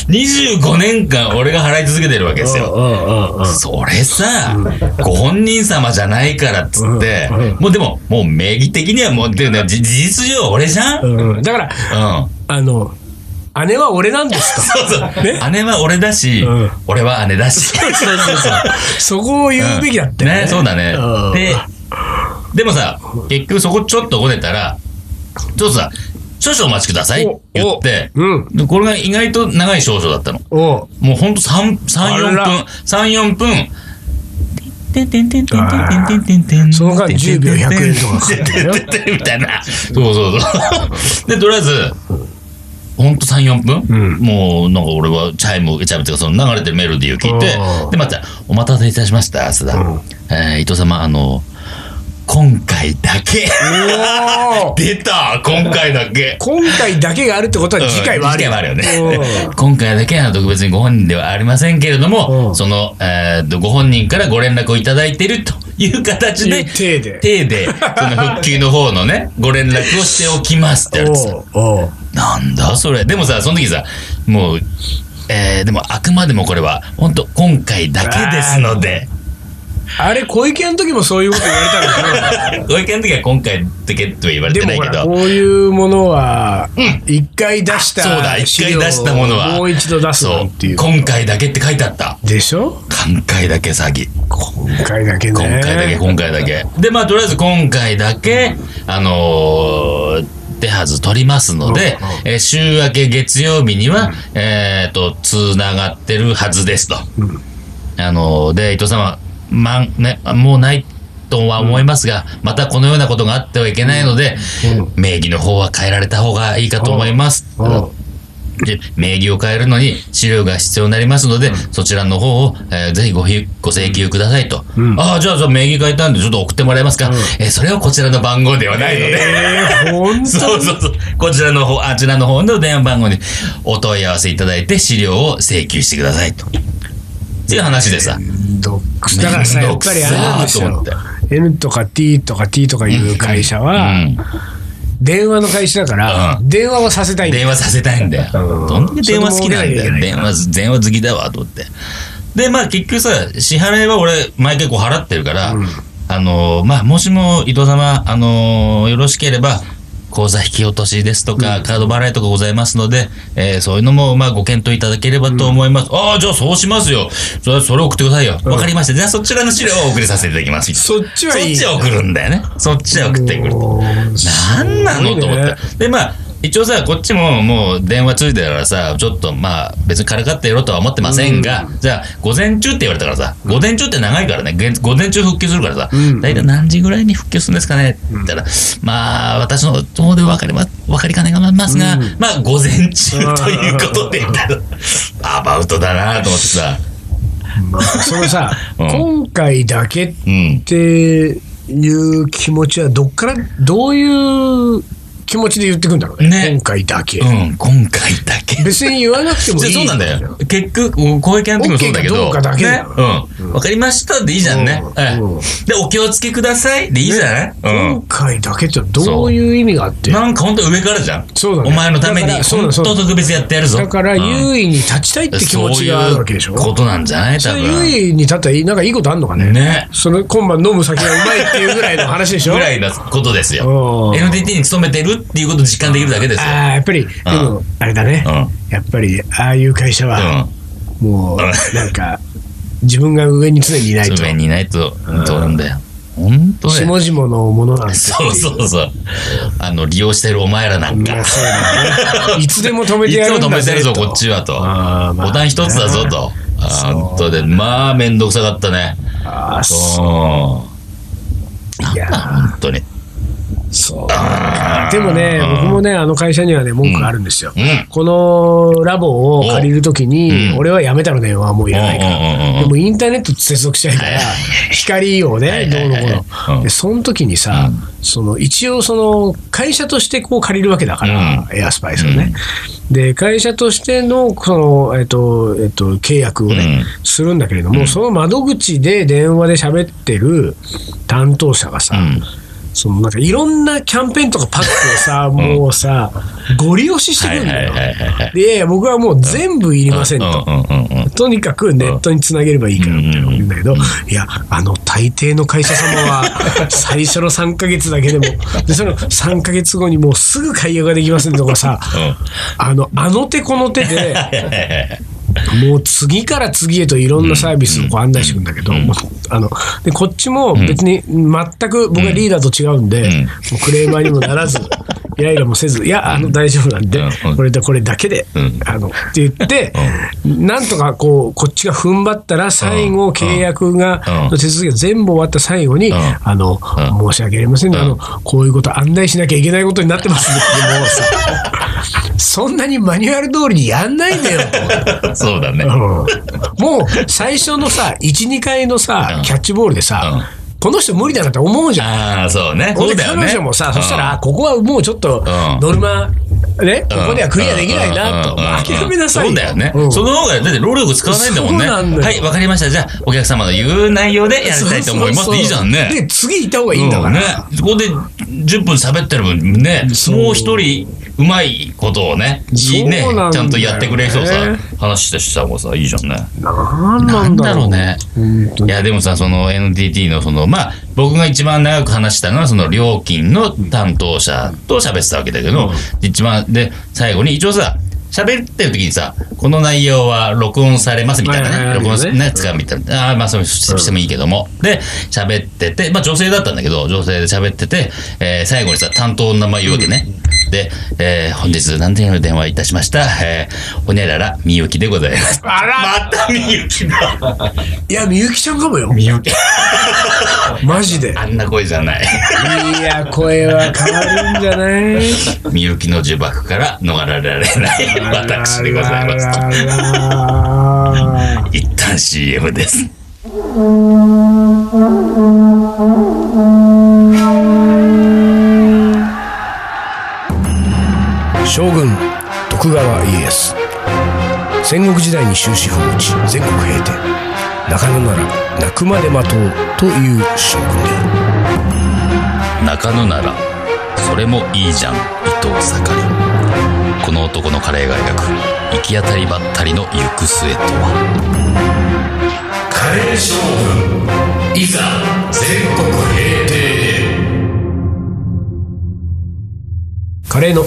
[SPEAKER 2] 25年間俺が払い続けてるわけですよ。それさ、ご本人様じゃないからっつって
[SPEAKER 1] うんうん、
[SPEAKER 2] もうでも、もう名義的にはもう、でもじ事実上俺じゃんうん。
[SPEAKER 1] うんだからあの姉は俺なんです
[SPEAKER 2] そうそう
[SPEAKER 1] [laughs] ね。
[SPEAKER 2] 姉は俺だし
[SPEAKER 1] うん、
[SPEAKER 2] 俺は姉
[SPEAKER 1] [laughs]
[SPEAKER 2] だし。
[SPEAKER 1] とそこを言うべきだったよね,、
[SPEAKER 2] ねそうだね
[SPEAKER 1] うん
[SPEAKER 2] ででもさ結局そこちょっとこねたらちょっとさ少々お待ちくださいって言って
[SPEAKER 1] おうん
[SPEAKER 2] でこれが意外と長い少々だったの
[SPEAKER 1] おう
[SPEAKER 2] もうほんと34
[SPEAKER 1] あら
[SPEAKER 2] 分34分てんてんてんてんてんてんてんてんてん
[SPEAKER 1] その間10秒100円とかかかってるよ
[SPEAKER 2] てんてんてんみたいなそうそうそうでとりあえずほんと34分、
[SPEAKER 1] うん
[SPEAKER 2] もうなんか俺はチャイムチャイムっていうかその流れてるメロディーを聞いて
[SPEAKER 1] うん
[SPEAKER 2] でまた「お待たせいたしました須田、
[SPEAKER 1] うん
[SPEAKER 2] えー伊藤様あの今回だけ
[SPEAKER 1] おー
[SPEAKER 2] [laughs] 出た今回だけ
[SPEAKER 1] 今回だけがあるってことは次回はあるよ、
[SPEAKER 2] うん次回はあるよね。今回だけは特別にご本人ではありませんけれど
[SPEAKER 1] う
[SPEAKER 2] も、
[SPEAKER 1] ん
[SPEAKER 2] その、えーとご本人からご連絡をいただいているという形で、
[SPEAKER 1] 手で
[SPEAKER 2] 手で、その復旧の方
[SPEAKER 1] [laughs]
[SPEAKER 2] のね、ご連絡をしておきますってやつ。
[SPEAKER 1] おうおう
[SPEAKER 2] なんだそれ。でもさ、その時さ、もう、えーでもあくまでもこれは、本当今回だけですので、
[SPEAKER 1] あれ小池の時もそういうこと言われたん [laughs] だけど
[SPEAKER 2] ご意見の時は今回だけとは言われ
[SPEAKER 1] で
[SPEAKER 2] てな
[SPEAKER 1] も
[SPEAKER 2] い
[SPEAKER 1] ほ
[SPEAKER 2] け
[SPEAKER 1] ら
[SPEAKER 2] ど
[SPEAKER 1] こ。ういうものは一回出した
[SPEAKER 2] そうだ、一回出したも
[SPEAKER 1] 資料
[SPEAKER 2] のは。
[SPEAKER 1] をもう一度出す
[SPEAKER 2] そ
[SPEAKER 1] なんていう
[SPEAKER 2] う。今回だけって書いてあった。
[SPEAKER 1] でしょ
[SPEAKER 2] 今回だけ詐欺。
[SPEAKER 1] 今回だけね
[SPEAKER 2] 今回だけ、今回だけ。で、まあ、とりあえず今回だけ、あのー手はず取りますので、えー週明け月曜日には、えっと、つながってるはずですと。あのーで、伊藤様、まん、ね、もうないとは思いますが、またこのようなことがあってはいけないので、名義の方は変えられた方がいいかと思います。
[SPEAKER 1] うん
[SPEAKER 2] で名義を変えるのに資料が必要になりますので、そちらの方を、えーぜひごひご請求くださいと。ああ、じゃあ、じゃあ名義変えたんでちょっと送ってもらえますか。えーそれはこちらの番号ではないので。
[SPEAKER 1] えー、ほんと
[SPEAKER 2] [laughs] そうそうそう。こちらの方、あちらの方の電話番号にお問い合わせいただいて資料を請求してくださいと。っていう話でさ。
[SPEAKER 1] どっくだからさ
[SPEAKER 2] め
[SPEAKER 1] や
[SPEAKER 2] んど
[SPEAKER 1] っ
[SPEAKER 2] くさ
[SPEAKER 1] ぱりあれなんです
[SPEAKER 2] と思
[SPEAKER 1] よ
[SPEAKER 2] って
[SPEAKER 1] N とか T とか T とかいう会社
[SPEAKER 2] う
[SPEAKER 1] は
[SPEAKER 2] ん。
[SPEAKER 1] 電話の会社だから
[SPEAKER 2] う
[SPEAKER 1] 電話をさせたいんだよ
[SPEAKER 2] 電話させたいんだよ。
[SPEAKER 1] うん
[SPEAKER 2] どんだけ電話好きなんだ
[SPEAKER 1] それも
[SPEAKER 2] よ。電話、電話好きだわ、と思って。で、まあ結局さ、支払いは俺、毎回こう払ってるから、あのー、まあもしも伊藤様、あのー、よろしければ、口座引き落としですとか、カード払いとかございますので、えーそういうのも、まあ、ご検討いただければと思います。ああ、じゃあそうしますよ。それ、それ送ってくださいよ。わ、かりました。じゃあそちらの資料をお送りさせていただきます。
[SPEAKER 1] そっち
[SPEAKER 2] そ
[SPEAKER 1] は
[SPEAKER 2] っ
[SPEAKER 1] いい
[SPEAKER 2] ちを送るんだよね。そっちを送ってくると。
[SPEAKER 1] おー
[SPEAKER 2] なんなの、
[SPEAKER 1] すごいね
[SPEAKER 2] と思って。で、まあ、一応さ、こっちももう電話ついてたからさ、ちょっとまあ、別にからかってやろうとは思ってませんが、じゃあ、午前中って言われたからさ、午前中って長いからね、現午前中復旧するからさ、
[SPEAKER 1] ん
[SPEAKER 2] 大体何時ぐらいに復旧するんですかねって言ったら、まあ、私の方で分かりま、分かりかねがまますが、まあ、午前中ということで、みたいなアバウトだなと思ってさ、
[SPEAKER 1] まあ、そのさ、
[SPEAKER 2] [laughs] うん
[SPEAKER 1] 今回だけっ
[SPEAKER 2] うん。
[SPEAKER 1] ていう気持ちはどっからどういう気持ちで言ってくんだろうね
[SPEAKER 2] ね
[SPEAKER 1] 今回だけ、
[SPEAKER 2] うん、今回だけ。
[SPEAKER 1] 別に言わなくてもいい
[SPEAKER 2] そうなんだよ。結局、公益の時もそうだけ
[SPEAKER 1] OK かど
[SPEAKER 2] ど。
[SPEAKER 1] うかだけだ
[SPEAKER 2] ね
[SPEAKER 1] よ。
[SPEAKER 2] うん。わかりましたでいいじゃんね
[SPEAKER 1] うん。
[SPEAKER 2] ええ
[SPEAKER 1] うん
[SPEAKER 2] で、お気をつけくださいでいいじゃないうん
[SPEAKER 1] 今。回だけってどういう意味があって
[SPEAKER 2] なんか本当上からじゃん。
[SPEAKER 1] そうだね
[SPEAKER 2] お前のために、
[SPEAKER 1] だからそう
[SPEAKER 2] 本
[SPEAKER 1] だそうだ
[SPEAKER 2] 当特別やってやるぞ。
[SPEAKER 1] だから
[SPEAKER 2] うん
[SPEAKER 1] 優位に立ちたいって気持ちがあるわけでしょ
[SPEAKER 2] そういうことなんじゃない
[SPEAKER 1] そ
[SPEAKER 2] 多
[SPEAKER 1] れ優
[SPEAKER 2] 分。
[SPEAKER 1] 位に立ったらいいなんかいいことあんのかね
[SPEAKER 2] ね。
[SPEAKER 1] その今晩飲む酒がうまいっていうぐらいの話でし
[SPEAKER 2] ぐ
[SPEAKER 1] ょ
[SPEAKER 2] らいのことです
[SPEAKER 1] う
[SPEAKER 2] よ。
[SPEAKER 1] ん
[SPEAKER 2] NTT に勤めてるっていうことを実感できるだけですよ。
[SPEAKER 1] ああやっぱりでもあれだね、
[SPEAKER 2] う
[SPEAKER 1] やっぱりああいう会社は、
[SPEAKER 2] うん。
[SPEAKER 1] もう、
[SPEAKER 2] うん
[SPEAKER 1] なんか、自分が上に常にいないと。
[SPEAKER 2] 上にいないと、そうなんだよ。本当だよ。
[SPEAKER 1] 下々のものなんて。
[SPEAKER 2] そうそうそう。あの、利用してるお前らなんか。
[SPEAKER 1] まあそうだね。いつでも止め
[SPEAKER 2] い
[SPEAKER 1] て
[SPEAKER 2] つ
[SPEAKER 1] やる
[SPEAKER 2] も
[SPEAKER 1] ん
[SPEAKER 2] 止
[SPEAKER 1] だ
[SPEAKER 2] めて
[SPEAKER 1] ぜ
[SPEAKER 2] るぞ、
[SPEAKER 1] と
[SPEAKER 2] こっちはと。
[SPEAKER 1] あーまあ
[SPEAKER 2] ボタン一つだぞと。あー本当で、まあ、めんどくさかったね。
[SPEAKER 1] ああ、そ
[SPEAKER 2] うん。
[SPEAKER 1] いやー
[SPEAKER 2] なんだ本当に。
[SPEAKER 1] う。そうでもね、僕もね、あの会社にはね、文句あるんですよ。
[SPEAKER 2] うん。
[SPEAKER 1] このラボを借りるときに、
[SPEAKER 2] うん
[SPEAKER 1] 俺はやめたの電話はもういらないか
[SPEAKER 2] うんうんうんうん
[SPEAKER 1] ら。でもインターネット接続したいから
[SPEAKER 2] はいはいは、
[SPEAKER 1] 光を
[SPEAKER 2] は
[SPEAKER 1] ね、
[SPEAKER 2] いは
[SPEAKER 1] ど
[SPEAKER 2] いうはいはい
[SPEAKER 1] のこう
[SPEAKER 2] う
[SPEAKER 1] の。
[SPEAKER 2] ん
[SPEAKER 1] で、その時にさ、その一応その会社としてこう借りるわけだから、エアスパイスをね。で、会社としての、その、えっと、えっと、契約をね、するんだけれども、その窓口で電話で喋ってる担当者がさ、
[SPEAKER 2] うん。
[SPEAKER 1] そのなんかいろんなキャンペーンとかパックをさ、もうさ、ご利用しして
[SPEAKER 2] は
[SPEAKER 1] く
[SPEAKER 2] い
[SPEAKER 1] るん
[SPEAKER 2] は
[SPEAKER 1] だ
[SPEAKER 2] い
[SPEAKER 1] よ。
[SPEAKER 2] はいはい。
[SPEAKER 1] で、いやいや僕はもう全部いりませんと。
[SPEAKER 2] うんうんうんうん。
[SPEAKER 1] とにかくネットにつなげればいいからみたいなこと言うんだけど、いや、あの、大抵の会社様は、最初の3ヶ月だけでも、で、その3ヶ月後にもうすぐ解約ができませんとかさ、あの、あの手この手で、 [laughs] もう次から次へといろんなサービスをこう案内していくんだけど、もうあのでこっちも別に全く僕はリーダーと違うんで、
[SPEAKER 2] ん
[SPEAKER 1] もうクレーマーにもなら [laughs] ず、イライラもせず、いや、あの大丈夫なんで
[SPEAKER 2] うん、
[SPEAKER 1] これでこれだけで、
[SPEAKER 2] ん
[SPEAKER 1] あのって言って、なんとかこうこっちが踏ん張ったら、最後、契約が、
[SPEAKER 2] う
[SPEAKER 1] の
[SPEAKER 2] ん
[SPEAKER 1] 手続きが全部終わった最後に、
[SPEAKER 2] ん
[SPEAKER 1] あの申し訳ありませんが、あのこういうこと案内しなきゃいけないことになってますね、もうさそんなにマニュアル通りにやんないんだよと。
[SPEAKER 2] うんそうだね。
[SPEAKER 1] うんもう最初のさ、1、2回の
[SPEAKER 2] う
[SPEAKER 1] さ
[SPEAKER 2] ん、
[SPEAKER 1] キャッチボールでさ、この人無理だなって思うじゃん。
[SPEAKER 2] ああ、そうね。そ
[SPEAKER 1] 俺
[SPEAKER 2] うだよね。
[SPEAKER 1] 彼女もさ、そしたら、
[SPEAKER 2] う
[SPEAKER 1] あ
[SPEAKER 2] ん、
[SPEAKER 1] ここはもうちょっと
[SPEAKER 2] ん
[SPEAKER 1] ノルマ、ね、ここではクリアできないな
[SPEAKER 2] う
[SPEAKER 1] と、
[SPEAKER 2] んうんうんうん
[SPEAKER 1] 諦めなさい
[SPEAKER 2] そう
[SPEAKER 1] よ。
[SPEAKER 2] だよね。
[SPEAKER 1] うん
[SPEAKER 2] その方が、だって労力使わないんだもんね。
[SPEAKER 1] そうなんだよ
[SPEAKER 2] はい、わかりました。じゃあ、お客様の言う内容でやりたいと思いま
[SPEAKER 1] そうそうそ
[SPEAKER 2] す。
[SPEAKER 1] う
[SPEAKER 2] いいじゃんね。
[SPEAKER 1] で、次行った方がいいんだから。
[SPEAKER 2] うんね。そこで10分喋ってる分ね、
[SPEAKER 1] そう
[SPEAKER 2] もう一人うまいことをね、いいね
[SPEAKER 1] そうなんだよね
[SPEAKER 2] ちゃんとやってくれる人をさ、話してした方がさ、いいじゃんね。
[SPEAKER 1] なん
[SPEAKER 2] なんだろう
[SPEAKER 1] ね。
[SPEAKER 2] ね。
[SPEAKER 1] 本当
[SPEAKER 2] い
[SPEAKER 1] に
[SPEAKER 2] や、でもさ、その NTT のその、まあ、僕が一番長く話したのは、その料金の担当者と喋ってたわけだけど、一番、で、最後に一応さ、喋ってる時にさ、この内容は録音されますみたいな
[SPEAKER 1] はいはい
[SPEAKER 2] ね。
[SPEAKER 1] はい
[SPEAKER 2] 録音
[SPEAKER 1] あ
[SPEAKER 2] す
[SPEAKER 1] るよね
[SPEAKER 2] ね、使うみたいな。ああ、まあ、そうしてもいいけども。で、喋ってて、まあ、女性だったんだけど、女性で喋ってて、えー最後にさ、担当の名前言うわけね。で、えー本日何点の電話いたしました。えー、ほにゃらら、みゆきでございます。
[SPEAKER 1] あら
[SPEAKER 2] またみゆきだ。
[SPEAKER 1] いや、みゆきちゃんかもよ。
[SPEAKER 2] みゆき。
[SPEAKER 1] [laughs] マジで。
[SPEAKER 2] あんな声じゃない。
[SPEAKER 1] いや、声は変わるんじゃない
[SPEAKER 2] みゆきの呪縛から逃れられない私でございます。
[SPEAKER 1] あららら
[SPEAKER 2] 一旦 CM です。
[SPEAKER 1] 将軍徳川家康戦国時代に終止符を打ち全国平定中野なら泣くまで待とうという将軍である
[SPEAKER 2] 中野なら、それもいいじゃん、伊藤盛り。この男のカレーが描く、行き当たりばったりの行く末とは。
[SPEAKER 3] カレー将軍いざ全国平定へ
[SPEAKER 1] カレーの
[SPEAKER 2] お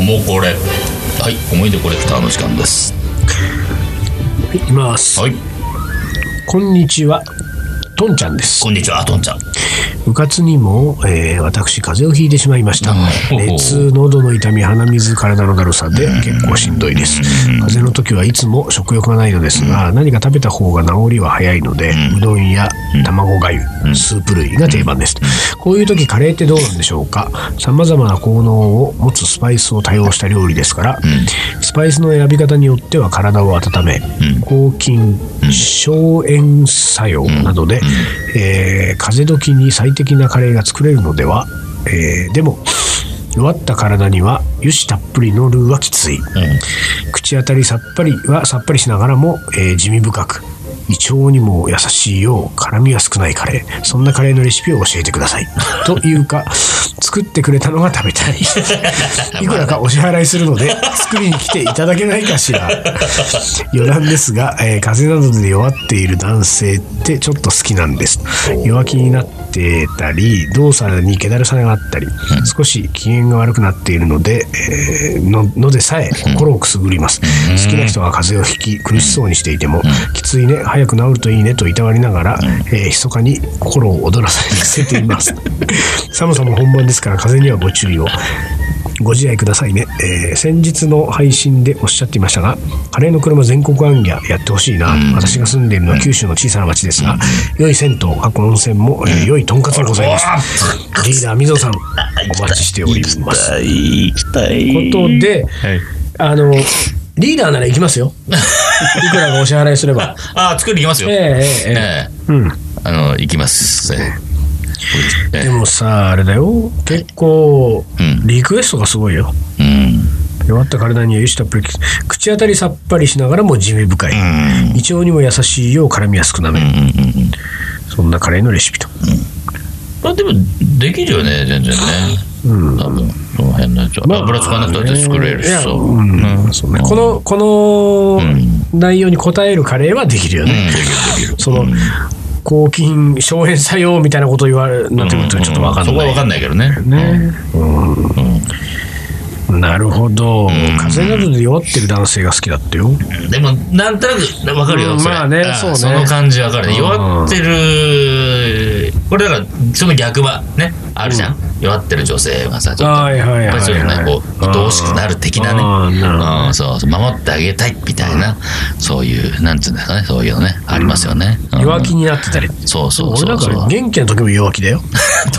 [SPEAKER 2] もこれはい思い出コレクターの時間です
[SPEAKER 1] いきます、
[SPEAKER 2] はい
[SPEAKER 1] こんにちはとんちゃんです
[SPEAKER 2] こんにちはあとんちゃん
[SPEAKER 1] 部活にも、えー私風邪をひいてしまいました
[SPEAKER 2] うん
[SPEAKER 1] 熱喉の痛み鼻水体のだるさで結構しんどいです風邪の時はいつも食欲がないのですが何か食べた方が治りは早いのでうどんや卵がゆスープ類が定番ですこういう時カレーってどうなんでしょうかさまざまな効能を持つスパイスを多用した料理ですからスパイスの選び方によっては体を温め抗菌消炎作用などで、えー風邪時に最適なカレーが作れるのでは、えーでも弱った体には油脂たっぷりのルーはきつい口当たりさっぱりはさっぱりしながらも、えー地味深く胃腸にも優しいよう辛みは少ないカレーそんなカレーのレシピを教えてくださいというか作ってくれたのが食べたいいくらかお支払いするので作りに来ていただけないかしら余談ですが、えー風邪などで弱っている男性ってちょっと好きなんです弱気になってたり動作にけだるさがあったり、少し機嫌が悪くなっているので、えーののでさえ心をくすぐります、好きな人が風邪をひき苦しそうにしていても、きついね早く治るといいねといたわりながら、えー密かに心を躍らせています寒さも本番ですから風邪にはご注意をご自愛くださいね、えー先日の配信でおっしゃっていましたがカレーの車全国行脚やってほしいな、私が住んでいるのは九州の小さな町ですが、良い銭湯過去温泉も、えー良いとんかつもございますリーダーみぞさんお待ちしております
[SPEAKER 2] 行きたい
[SPEAKER 1] ということで
[SPEAKER 2] はい
[SPEAKER 1] あのリーダーなら行きますよいくらかお支払いすれば
[SPEAKER 2] あ作り行きますよ
[SPEAKER 1] えええええ
[SPEAKER 2] ええ
[SPEAKER 1] えうん
[SPEAKER 2] あの行きますええ
[SPEAKER 1] でもさあれだよ結構
[SPEAKER 2] うん
[SPEAKER 1] リクエストがすごいよ
[SPEAKER 2] うん
[SPEAKER 1] 弱った体には油脂たっぷり口当たりさっぱりしながらも地味深い、
[SPEAKER 2] うん
[SPEAKER 1] 胃腸にも優しいよう絡みやすくなめ、
[SPEAKER 2] うんうんうん
[SPEAKER 1] そんなカレーのレシピと、
[SPEAKER 2] まあでもできるよね全然ね
[SPEAKER 1] うん
[SPEAKER 2] 多分その辺のやつは油使わなくたって作れるし
[SPEAKER 1] いや
[SPEAKER 2] さ
[SPEAKER 1] うんそうねこのこの内容に応えるカレーはできるよ
[SPEAKER 2] うん
[SPEAKER 1] ね、
[SPEAKER 2] できるできる
[SPEAKER 1] その
[SPEAKER 2] うん
[SPEAKER 1] 抗菌消炎作用みたいなこと言われるなってくるとちょっとわかんない、
[SPEAKER 2] そこは分かんないけどね
[SPEAKER 1] ね、うんなるほど、風邪などで弱ってる男性が好きだってよ、
[SPEAKER 2] でもなんとなく分かるよ、
[SPEAKER 1] うん
[SPEAKER 2] それ
[SPEAKER 1] まあね
[SPEAKER 2] ん
[SPEAKER 1] そうね
[SPEAKER 2] の感じ分かる、
[SPEAKER 1] うん
[SPEAKER 2] 弱ってるこれだからその逆はねあるじゃん、弱ってる女性はさちょっと
[SPEAKER 1] はいはいはいはい
[SPEAKER 2] やっぱりそういうのねこう愛おしくなる的な
[SPEAKER 1] うんうんなるほ
[SPEAKER 2] ね、うん、そうそう守ってあげたいみたいな、そういうなんていうんですかねそういうのねありますよね、うん
[SPEAKER 1] 弱気になってたり
[SPEAKER 2] そうそう
[SPEAKER 1] 俺
[SPEAKER 2] そ
[SPEAKER 1] なん
[SPEAKER 2] うそう
[SPEAKER 1] か
[SPEAKER 2] ど
[SPEAKER 1] 元気な時も弱気だよ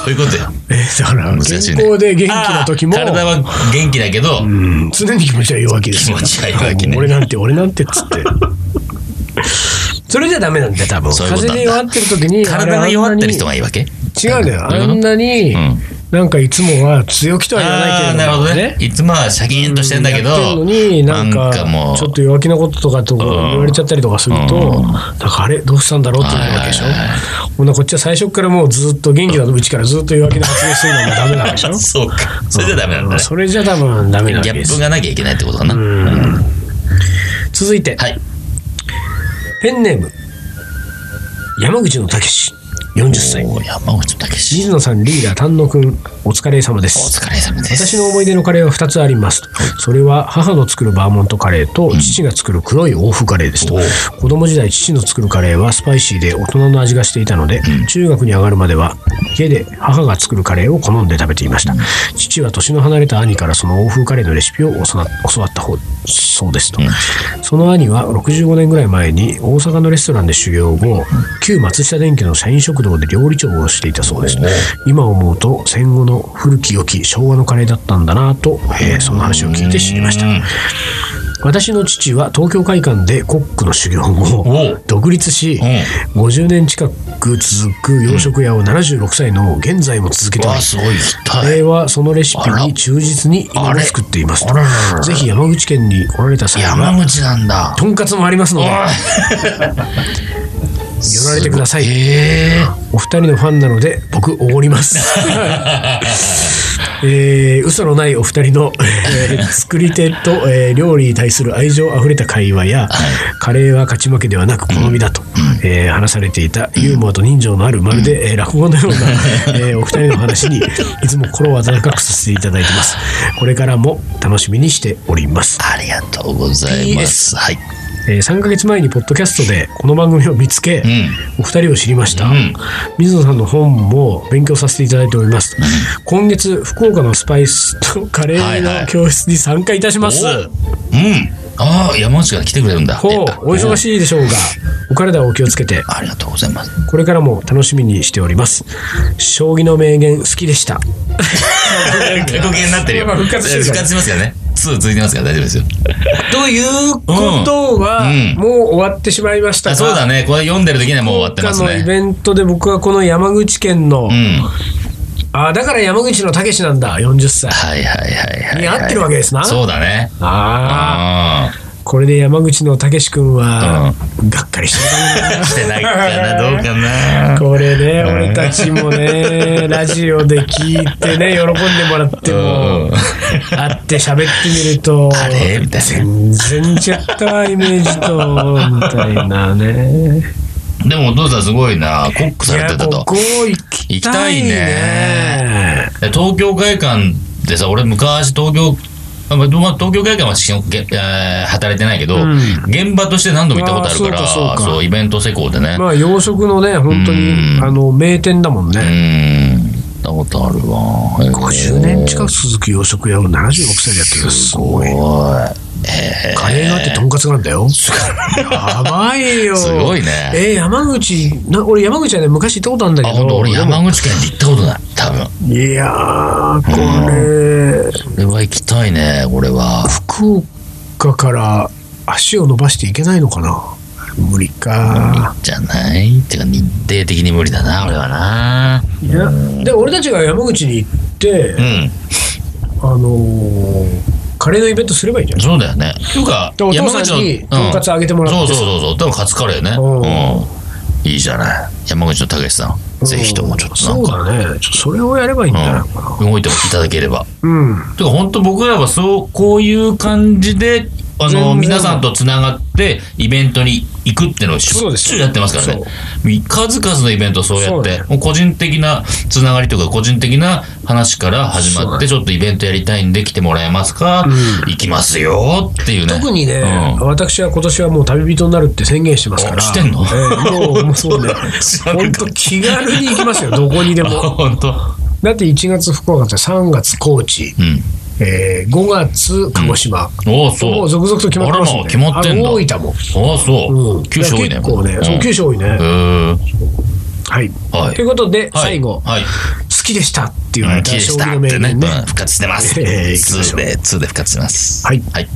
[SPEAKER 2] ういうことよ
[SPEAKER 1] えだから
[SPEAKER 2] 難
[SPEAKER 1] 健
[SPEAKER 2] しいね
[SPEAKER 1] 康で元気な時も
[SPEAKER 2] あー体は元気だけど、
[SPEAKER 1] うん常に気持ちは弱気ですよ
[SPEAKER 2] 気持ちは弱気ね
[SPEAKER 1] 俺なんて俺なんてっつって
[SPEAKER 2] [laughs]
[SPEAKER 1] それじゃダメなんだよ多分
[SPEAKER 2] そういうこと
[SPEAKER 1] 風
[SPEAKER 2] なん
[SPEAKER 1] 邪
[SPEAKER 2] だ
[SPEAKER 1] で弱ってる時に
[SPEAKER 2] 体が弱ってる人がいいわけ
[SPEAKER 1] 違うんだよ
[SPEAKER 2] どういう
[SPEAKER 1] あ
[SPEAKER 2] こと
[SPEAKER 1] んなに、
[SPEAKER 2] うん
[SPEAKER 1] なんかいつもは強気とは言わないけれ
[SPEAKER 2] あ
[SPEAKER 1] ど
[SPEAKER 2] ー
[SPEAKER 1] も
[SPEAKER 2] なるほどね。いつもはシャキーンとしてんだけ
[SPEAKER 1] やってんの
[SPEAKER 2] ど、
[SPEAKER 1] になんか
[SPEAKER 2] もう、
[SPEAKER 1] ちょっと弱気なこととかとか言われちゃったりとかすると、
[SPEAKER 2] うん
[SPEAKER 1] なんかあれどうしたんだろうってなるわけでしょ
[SPEAKER 2] はいはいはい
[SPEAKER 1] ほんならこっちは最初からもうずっと元気なうちからずっと弱気な発言するのもダメなんでしょ
[SPEAKER 2] [laughs] そうか。それじゃダメなんだね。
[SPEAKER 1] それじゃ多分ダメなん
[SPEAKER 2] ギャ
[SPEAKER 1] で
[SPEAKER 2] ッ
[SPEAKER 1] す
[SPEAKER 2] プがなきゃいけないってことかな。
[SPEAKER 1] 続いて、
[SPEAKER 2] はい。
[SPEAKER 1] ペンネーム山口のたけし40歳
[SPEAKER 2] おー山口武史。
[SPEAKER 1] 水野さんリーダー丹野くんお疲れ様で
[SPEAKER 2] お
[SPEAKER 1] す
[SPEAKER 2] 疲れ様です。
[SPEAKER 1] 私の思い出のカレーは2つあります。それは母の作るバーモントカレーと父が作る黒い欧風カレーですと。子供時代父の作るカレーはスパイシーで大人の味がしていたので、中学に上がるまでは家で母が作るカレーを好んで食べていました。父は年の離れた兄からその欧風カレーのレシピを教わ教わった方そうですと。その兄は65年ぐらい前に大阪のレストランで修行後、旧松下電機の社員食堂で料理長をしていたそうです。今思うと戦後の古き良き昭和のカレーだったんだなと、えーその話を聞いて知りました
[SPEAKER 2] うん
[SPEAKER 1] 私の父は東京会館でコックの修行
[SPEAKER 2] お
[SPEAKER 1] 後
[SPEAKER 2] う
[SPEAKER 1] 独立し50年近く続く洋食屋を76歳の現在も続け
[SPEAKER 2] う
[SPEAKER 1] て
[SPEAKER 2] ん。
[SPEAKER 1] お
[SPEAKER 2] わ
[SPEAKER 1] り
[SPEAKER 2] あ、すごい。
[SPEAKER 1] カ
[SPEAKER 2] 痛
[SPEAKER 1] レ
[SPEAKER 2] い。
[SPEAKER 1] ーはそのレシピ
[SPEAKER 2] あら
[SPEAKER 1] に忠実に今
[SPEAKER 2] あ
[SPEAKER 1] も
[SPEAKER 2] れ
[SPEAKER 1] 作っています
[SPEAKER 2] あらららら
[SPEAKER 1] ぜひ山口県に来られた際は
[SPEAKER 2] 山口なんだ。
[SPEAKER 1] とんかつもありますの
[SPEAKER 2] お
[SPEAKER 1] で
[SPEAKER 2] い
[SPEAKER 1] 寄られてください。
[SPEAKER 2] え
[SPEAKER 1] お二人のファンなので僕おごります。えー、嘘のないお二人の、えー作り手と、えー料理に対する愛情あふれた会話や、カレーは勝ち負けではなく好みだと、えー話されていたユーモアと人情のあるまるで、えー落語のような、えーお二人の話にいつも心を温かくさせていただいてます。これからも楽しみにしております。
[SPEAKER 2] ありがとうございます。はい。
[SPEAKER 1] えー3ヶ月前にポッドキャストでこの番組を見つけ、お二人を知りました、
[SPEAKER 2] うん
[SPEAKER 1] 水野さんの本も勉強させていただいております、今月福岡のスパイスとカレ
[SPEAKER 2] はいは
[SPEAKER 1] ー
[SPEAKER 2] い
[SPEAKER 1] の教室に参加いたします、
[SPEAKER 2] おうん。ああ、山内が来てくれるんだ。
[SPEAKER 1] ほうお忙
[SPEAKER 2] い。
[SPEAKER 1] しいでしょうがお体をお気をつけて
[SPEAKER 2] ありがとうございます。
[SPEAKER 1] これからも楽しみにしております将棋の名言好きでした
[SPEAKER 2] [laughs] 過去形になってるよ。
[SPEAKER 1] まあ復活してるから
[SPEAKER 2] 復活しますからね。2続いてますから大丈夫ですよ。
[SPEAKER 1] ということは、
[SPEAKER 2] うん
[SPEAKER 1] もう終わってしまいました
[SPEAKER 2] あ
[SPEAKER 1] が
[SPEAKER 2] そうだね。これ読んでる時にはもう終わってます
[SPEAKER 1] 他のイ
[SPEAKER 2] ね。
[SPEAKER 1] ベントで僕はこの山口県の、
[SPEAKER 2] うん。
[SPEAKER 1] あだから山口のたけしなんだ40歳
[SPEAKER 2] はいはいはいはい。
[SPEAKER 1] に合ってるわけですな。
[SPEAKER 2] そうだね。
[SPEAKER 1] ああ、
[SPEAKER 2] あ
[SPEAKER 1] これで山口のたけし君は、がっかりしてる
[SPEAKER 2] あ。してないかな、どうか
[SPEAKER 1] [laughs]
[SPEAKER 2] な。
[SPEAKER 1] これね、俺たちもね、ラジオで聞いてね、喜んでもらって
[SPEAKER 2] う
[SPEAKER 1] も
[SPEAKER 2] ん、
[SPEAKER 1] 会って喋ってみると、
[SPEAKER 2] あれみたいな。
[SPEAKER 1] 全然違ったわイメージと、みたいな
[SPEAKER 2] [laughs]
[SPEAKER 1] ね。
[SPEAKER 2] でもお父さんすごいな。コック
[SPEAKER 1] い
[SPEAKER 2] され
[SPEAKER 1] や、
[SPEAKER 2] てた
[SPEAKER 1] ことこ。行きたいね。
[SPEAKER 2] で東京会館でさ、俺昔東京、あまあまあ東京会館はしげえー働いてないけど、
[SPEAKER 1] うん
[SPEAKER 2] 現場として何度も行ったことあるか
[SPEAKER 1] あ
[SPEAKER 2] ら、
[SPEAKER 1] ーそう
[SPEAKER 2] そ
[SPEAKER 1] かそう
[SPEAKER 2] う
[SPEAKER 1] か
[SPEAKER 2] イベント施工でね。
[SPEAKER 1] まあ、洋食のね、本当に
[SPEAKER 2] う、ん
[SPEAKER 1] あの、名店だもん
[SPEAKER 2] う
[SPEAKER 1] ね。
[SPEAKER 2] ーん、行ったことあるわ。
[SPEAKER 1] 50年近く続く洋食屋を76歳でやってるす
[SPEAKER 2] す
[SPEAKER 1] ご
[SPEAKER 2] ご
[SPEAKER 1] い
[SPEAKER 2] い。。
[SPEAKER 1] カレーがあってとんかつがあるんだよ。やばいよ。
[SPEAKER 2] すごいね
[SPEAKER 1] えー山口、な俺山口はね、昔行ったことあるんだ
[SPEAKER 2] あ、
[SPEAKER 1] け
[SPEAKER 2] 本
[SPEAKER 1] ど。
[SPEAKER 2] 当俺山口県で行ったことない。多分。
[SPEAKER 1] いやー、これ、
[SPEAKER 2] これは行きたいね、これは。
[SPEAKER 1] 福岡から足を伸ばしていけないのかな無理か。
[SPEAKER 2] じゃないっていうか日程的に無理だな、俺はな。
[SPEAKER 1] いや、で、俺たちが山口に行って
[SPEAKER 2] う、ん。
[SPEAKER 1] あのー、カレーのイベントすればいいんじゃない
[SPEAKER 2] そうだよね。っていうか、
[SPEAKER 1] でお父さんに
[SPEAKER 2] 山口
[SPEAKER 1] とんかつあげてもらって
[SPEAKER 2] そうそうそうそう。多分カツカレーね。
[SPEAKER 1] うん
[SPEAKER 2] うん。いいじゃない。山口のたけしさん。ぜひともちょっとなんか。
[SPEAKER 1] そうだね。ちょそれをやればいいんじゃないのかな。
[SPEAKER 2] うん動いてもいただければ。
[SPEAKER 1] うん。
[SPEAKER 2] てか本当僕らはそう、こういう感じで、あ
[SPEAKER 1] 全
[SPEAKER 2] の、
[SPEAKER 1] 然
[SPEAKER 2] 皆さんとつながって、イベントに行くっていうのをし
[SPEAKER 1] そう
[SPEAKER 2] ょ
[SPEAKER 1] で
[SPEAKER 2] っ
[SPEAKER 1] す
[SPEAKER 2] ちゅ
[SPEAKER 1] よ
[SPEAKER 2] うやってますからね。数々のイベントをそうや
[SPEAKER 1] そう
[SPEAKER 2] っ
[SPEAKER 1] だ
[SPEAKER 2] て
[SPEAKER 1] よ、
[SPEAKER 2] もう個人的なつながりとか、個人的な話から始
[SPEAKER 1] そ
[SPEAKER 2] ま
[SPEAKER 1] う
[SPEAKER 2] っ
[SPEAKER 1] だ
[SPEAKER 2] て、ちょっとイベントやりたいんで来てもらえますか行きますよっていうね。
[SPEAKER 1] 特にね、
[SPEAKER 2] うん
[SPEAKER 1] 私は今年はもう旅人になるって宣言してますから。
[SPEAKER 2] あしてんの
[SPEAKER 1] ええもう、もうそうね。
[SPEAKER 2] 知 [laughs] らなか
[SPEAKER 1] 本
[SPEAKER 2] った
[SPEAKER 1] 当気軽に行きますよ、どこにで
[SPEAKER 2] あ
[SPEAKER 1] も。
[SPEAKER 2] [laughs] 本当。
[SPEAKER 1] だって1月福岡って3月高知、
[SPEAKER 2] うん。
[SPEAKER 1] えー5月鹿児島。
[SPEAKER 2] おお、
[SPEAKER 1] も
[SPEAKER 2] そうう。
[SPEAKER 1] 続々と決まってます
[SPEAKER 2] あ
[SPEAKER 1] ん
[SPEAKER 2] ら
[SPEAKER 1] で
[SPEAKER 2] ま決まってんだ。
[SPEAKER 1] あの大分も。
[SPEAKER 2] ああ、そう。
[SPEAKER 1] うん
[SPEAKER 2] 九州多いね。
[SPEAKER 1] 結構ね、そう九州多いね。
[SPEAKER 2] うんへー
[SPEAKER 1] はい。
[SPEAKER 2] はい
[SPEAKER 1] ということで、
[SPEAKER 2] はい
[SPEAKER 1] 最後、
[SPEAKER 2] はい。
[SPEAKER 1] 好きでしたって言わ
[SPEAKER 2] う
[SPEAKER 1] れ
[SPEAKER 2] ん、綺
[SPEAKER 1] た
[SPEAKER 2] 麗
[SPEAKER 1] 将
[SPEAKER 2] し
[SPEAKER 1] 棋
[SPEAKER 2] た
[SPEAKER 1] の
[SPEAKER 2] っ
[SPEAKER 1] 名
[SPEAKER 2] てね
[SPEAKER 1] 言。
[SPEAKER 2] うん
[SPEAKER 1] ね。
[SPEAKER 2] 復活してます。
[SPEAKER 1] えー行きましょ
[SPEAKER 2] 2
[SPEAKER 1] う
[SPEAKER 2] で、2で復活してます。
[SPEAKER 1] はい
[SPEAKER 2] はい。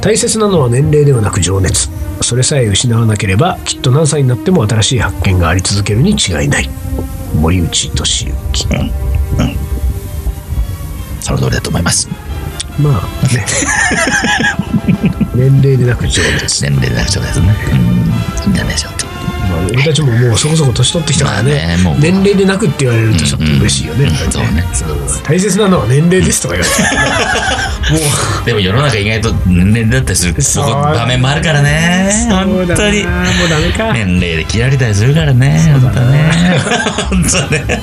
[SPEAKER 1] 大切なのは年齢ではなく情熱それさえ失わなければきっと何歳になっても新しい発見があり続けるに違いない森内俊之
[SPEAKER 2] その通りだと思います。
[SPEAKER 1] まあ
[SPEAKER 2] [laughs]
[SPEAKER 1] ね年齢でなく情熱、
[SPEAKER 2] 年齢でなくちゃですね。うん。いいんじゃないでしょうか。
[SPEAKER 1] まあ、俺たちももうそこそこ年取ってきたからね,、
[SPEAKER 2] まあねもう
[SPEAKER 1] 年齢でなくって言われるとちょっと嬉しいよね,、
[SPEAKER 2] うんそうね。そう
[SPEAKER 1] 大切なのは年齢ですとか言われてもう
[SPEAKER 2] でも世の中意外と年齢だったりする
[SPEAKER 1] そう
[SPEAKER 2] 場面もあるからね。
[SPEAKER 1] そう
[SPEAKER 2] 本
[SPEAKER 1] だな
[SPEAKER 2] 当に。
[SPEAKER 1] もうダメ
[SPEAKER 2] [laughs]
[SPEAKER 1] か、
[SPEAKER 2] 年齢で嫌われたりするからね。
[SPEAKER 1] そ
[SPEAKER 2] 本
[SPEAKER 1] う
[SPEAKER 2] 当
[SPEAKER 1] だね
[SPEAKER 2] ね。 [laughs] 本当ね。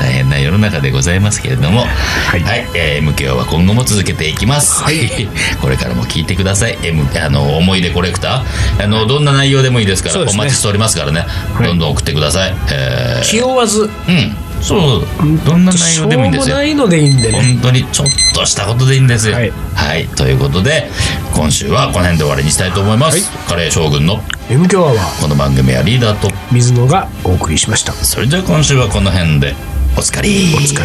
[SPEAKER 2] 大変な世の中でございますけれども。はいい。えー MKO は今後も続けていきます。はい。 [laughs] これからも聞いてください。M、あの、思い出コレクター。あの、どんな内容でもいいですか
[SPEAKER 1] そ
[SPEAKER 2] ら、
[SPEAKER 1] うです
[SPEAKER 2] お
[SPEAKER 1] ね
[SPEAKER 2] 待ちしておりますからね。
[SPEAKER 1] い
[SPEAKER 2] どんどん送ってください。え
[SPEAKER 1] 気負わず
[SPEAKER 2] ーうん。そう。どんな内
[SPEAKER 1] しょ
[SPEAKER 2] 容
[SPEAKER 1] う
[SPEAKER 2] でもいいんで
[SPEAKER 1] も
[SPEAKER 2] すよ
[SPEAKER 1] な。いのでいいんでね
[SPEAKER 2] 本当にちょっとしたことでいいんですよ。
[SPEAKER 1] は
[SPEAKER 2] はいい、ということで、今週はこの辺で終わりにしたいと思います。カレー将軍の
[SPEAKER 1] M 強アは
[SPEAKER 2] この番組はリーダーと
[SPEAKER 1] 水野がお送りしました
[SPEAKER 2] それじゃあ今週はこの辺でおつかり
[SPEAKER 1] お疲れ。